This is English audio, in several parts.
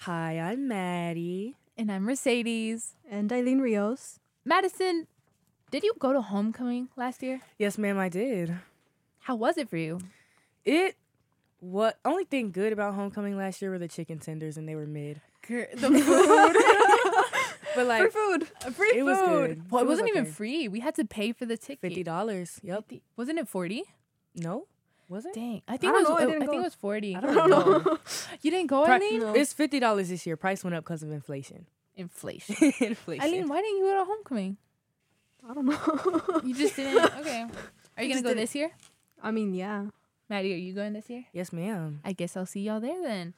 Hi, I'm Maddie. And I'm Mercedes. And Eileen Rios. Madison, did you go to homecoming last year? Yes, ma'am, I did. How was it for you? It what only thing good about homecoming last year were the chicken tenders and they were mid. the food. But like Free food. free It food. was good. Well, it, It was wasn't even okay. free. We had to pay for the ticket. fifty dollars. Yep. Fifty- Wasn't it 40? No? Was it? Dang. I think don't it was know. I I, didn't think go. it was 40. I don't know. You didn't go, Pri- Eileen? It's fifty dollars this year. Price went up because of inflation. Inflation. inflation. Eileen, why didn't you go to homecoming? I don't know. You just didn't. Okay. Are I you going to just go didn't- this year? I mean, yeah. Maddie, are you going this year? yes, ma'am. I guess I'll see y'all there then.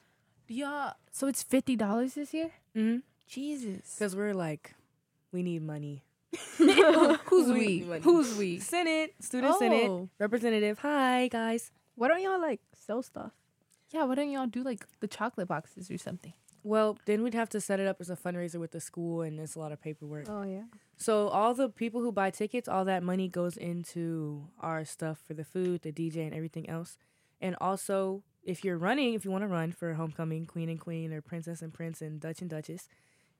Yeah. So it's $50 this year? Mm-hmm. Jesus. Because we're like, we need money. Who's we we? need money. Who's we? Senate, student senate, Oh. representative. Hi guys. Why don't y'all like sell stuff? Yeah, why don't y'all do like the chocolate boxes or something? Well, then we'd have to set it up as a fundraiser with the school, and it's a lot of paperwork. Oh yeah. So all the people who buy tickets, all that money goes into our stuff for the food, the DJ, and everything else. And also, if you're running, if you want to run for homecoming, queen and queen, or princess and prince, and Dutch and duchess,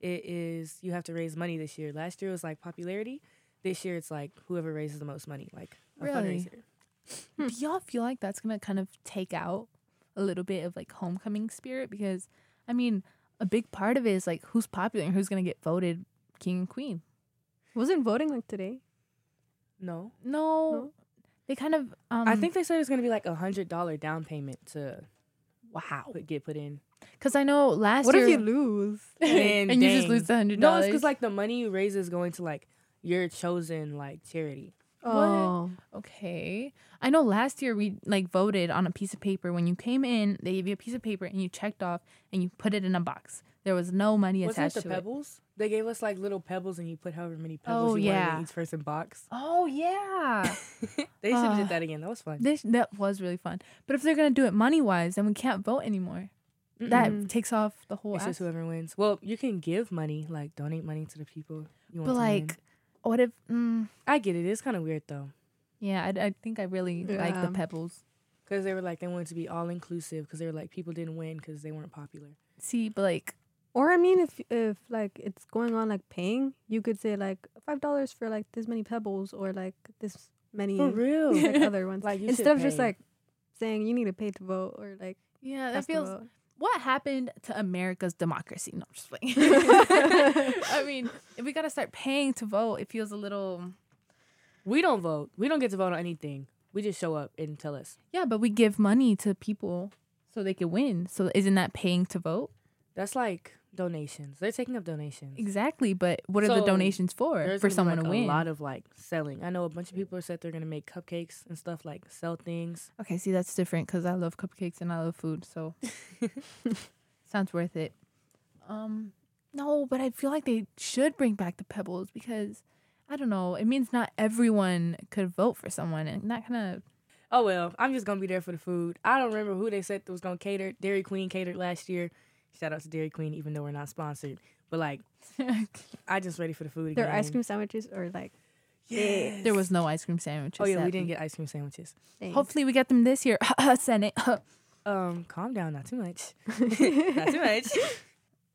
it is you have to raise money this year. Last year was like popularity. This year it's like whoever raises the most money, like a Really? fundraiser. Hmm. Do y'all feel like that's gonna kind of take out a little bit of like homecoming spirit? Because I mean, a big part of it is like who's popular and who's gonna get voted king and queen. Wasn't voting like today? No, No, No. they kind of. Um, I think they said it's gonna be like a hundred dollar down payment to wow. put, get put in. Because I know last What year if you lose? Man, and you just dang. lose the hundred No, dollars. it's because like the money you raise is going to like your chosen like charity. Oh. Okay. I know last year we like voted on a piece of paper. When you came in, they gave you a piece of paper and you checked off and you put it in a box. There was no money Wasn't attached it the to it. pebbles? They gave us like little pebbles, and you put however many pebbles Oh, you wanted yeah. in each person box. Oh yeah. They should have Uh, did that again. That was fun. this that was really fun. But if they're gonna do it money wise, then we can't vote anymore. That Mm-mm. takes off the whole. It's just aspect. whoever wins. Well, you can give money, like donate money to the people you want. But to win. like, what if? Mm, I get it. It's kind of weird though, yeah, I, I think I really like the Yeah. pebbles. because they were like they wanted to be all inclusive, because they were like people didn't win because they weren't popular. See, but like, Or I mean, if if like it's going on like paying, you could say like five dollars for like this many pebbles or like this many For real. like other ones. Like, you should Instead of just pay. like saying you need to pay to vote or like yeah, that cast a feels. vote. What happened to America's democracy? No, I'm just playing. I mean, if we gotta start paying to vote, it feels a little. we don't vote. We don't get to vote on anything. We just show up and tell us. Yeah, but we give money to people so they can win. So isn't that paying to vote? That's like donations. They're taking up donations. Exactly, but what are the So, donations for? There's For gonna be, someone like, to win. A lot of like selling. I know a bunch of people said they're gonna make cupcakes and stuff like sell things. Okay, see that's different because I love cupcakes and I love food, so sounds worth it. Um, no, but I feel like they should bring back the pebbles because I don't know. It means not everyone could vote for someone, and that kind of Oh well, I'm just gonna be there for the food. I don't remember who they said was gonna cater. Dairy Queen catered last year. Shout out to Dairy Queen, even though we're not sponsored. But like, I just ready for the food. their again. ice cream sandwiches or like. Yes. there was no ice cream sandwiches. Oh yeah, we sadly. didn't get ice cream sandwiches. things. Hopefully, we get them this year. Senate. Um, calm down, not too much. not too much.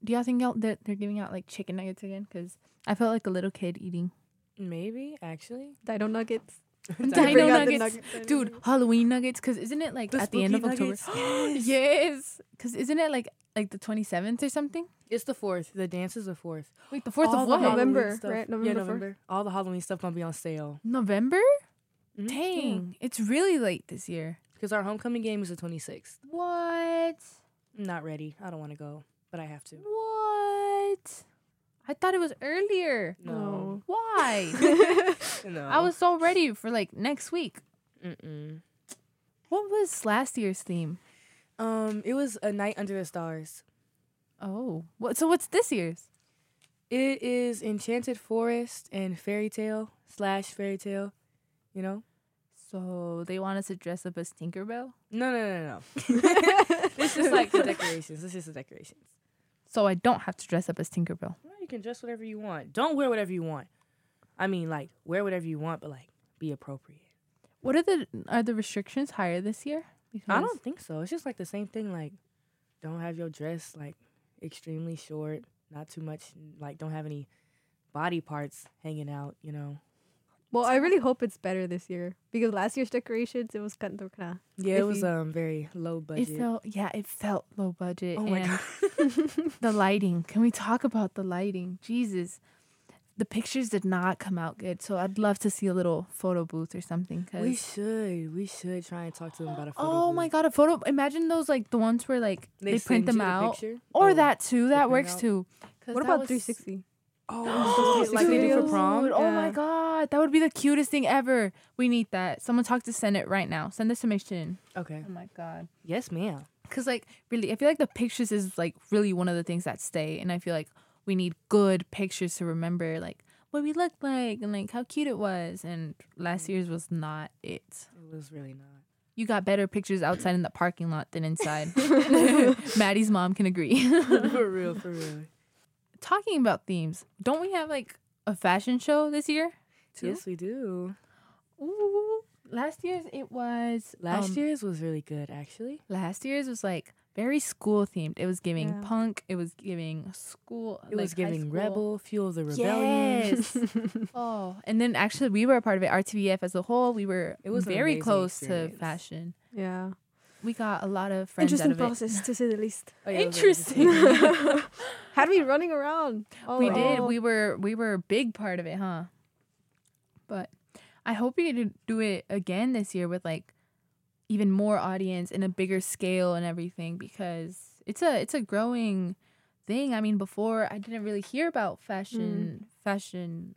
Do y'all think y'all they're, they're giving out like chicken nuggets again? Because I felt like a little kid eating Maybe actually. Dino nuggets. Dino I forgot the nuggets. nugget. dude Halloween nuggets. Because isn't it like The at the end of spooky October? nuggets. Yes. Yes, because isn't it like like the twenty seventh or something? It's the fourth. The dance is the fourth. Wait, the fourth All of the what? Halloween November, stuff- right? yeah, November 4th? November. All the Halloween stuff gonna be on sale. November? Mhm. Dang, it's really late this year. Because our homecoming game is the 26th. What? I'm not ready. I don't want to go, but I have to. What? I thought it was earlier. No. Why? No. I was so ready for like next week. Mm-mm. What was last year's theme? Um, it was a night under the stars. Oh, what? So what's this year's? It is enchanted forest and fairy tale slash fairy tale. You know? So they want us to dress up as Tinkerbell. No, no, no, no, no. it's just like the decorations. It's just the decorations. So I don't have to dress up as Tinkerbell. No, you can dress whatever you want. Don't wear whatever you want. I mean, like wear whatever you want, but like be appropriate. What are the are the restrictions higher this year? Because I don't think so. It's just like the same thing. Like, don't have your dress like extremely short, not too much, like don't have any body parts hanging out, you know. Well, I really hope it's better this year because last year's decorations it was kind of kind Yeah, If it was you- um very low budget. It felt yeah, it felt low budget. oh and my god. the lighting. Can we talk about the lighting? Jesus. The pictures did not come out good, so I'd love to see a little photo booth or something. Cause We should. We should try and talk to them about a photo. oh my booth. god, a photo! Imagine those like the ones where like they, send print them you the out, picture? or Oh. that too. That print works out. too. 'Cause What that about was- 360? Oh, Those like they do for videos. prom. Dude, Oh my Yeah. god, that would be the cutest thing ever. We need that. Someone talk to Senate right now. Send the submission. Okay. Oh my god. Yes, ma'am. Cause like really, I feel like the pictures is like really one of the things that stay, and I feel like we need good pictures to remember like what we looked like and like how cute it was. And last year's was not it. It was really not. You got better pictures outside in the parking lot than inside. Maddie's mom can agree. for real, for real. Talking about themes, don't we have like a fashion show this year? too? Yes, we do. Ooh, last year's it was Last um, year's was really good, actually. Last year's was like very school themed. It was giving Yeah. punk. It was giving school. It was like, high giving school. rebel, fuel the rebellion. Yes. oh, and then actually we were a part of it. RTVF as a whole, we were It was an very amazing close experience. to fashion. Yeah. We got a lot of friends Interesting out of it. process to say the least. Oh, yeah, it was Interesting. amazing. Had me running around. all we did. around. We were we were a big part of it, huh? But I hope we do- do it again this year with like even more audience and a bigger scale and everything because it's a it's a growing thing. I mean, before I didn't really hear about fashion fashion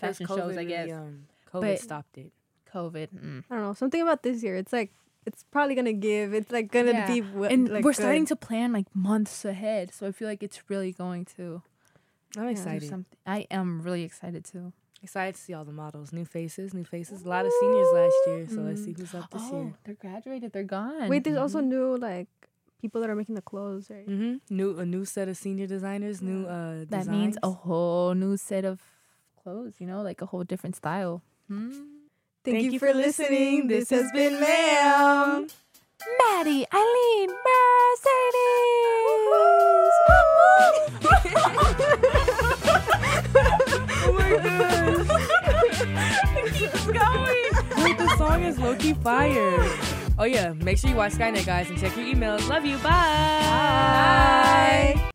First fashion shows. COVID I really, guess um, COVID But- stopped it. COVID. Mm. I don't know. Something about this year. It's like it's probably gonna give. It's like gonna Yeah. be. w- and like, we're starting good. to plan like months ahead so i feel like it's really going to I'm Yeah. do excited. something i am really excited too Excited to see all the models, new faces, new faces. A lot of seniors last year, so let's see who's up this year. they're graduated they're gone Wait, there's also Mm-hmm. new like people that are making the clothes, Mm. right? hmm New a new set of senior designers, new uh. that means a designs. whole new set of clothes you know like a whole different style hmm? Thank you for listening. This has been Ma'am. maddie eileen mercedes Oh my it keeps going Wait, the song is Loki Fire. Oh yeah, make sure you watch Skynet, guys, and check your emails. Love you. Bye. Bye.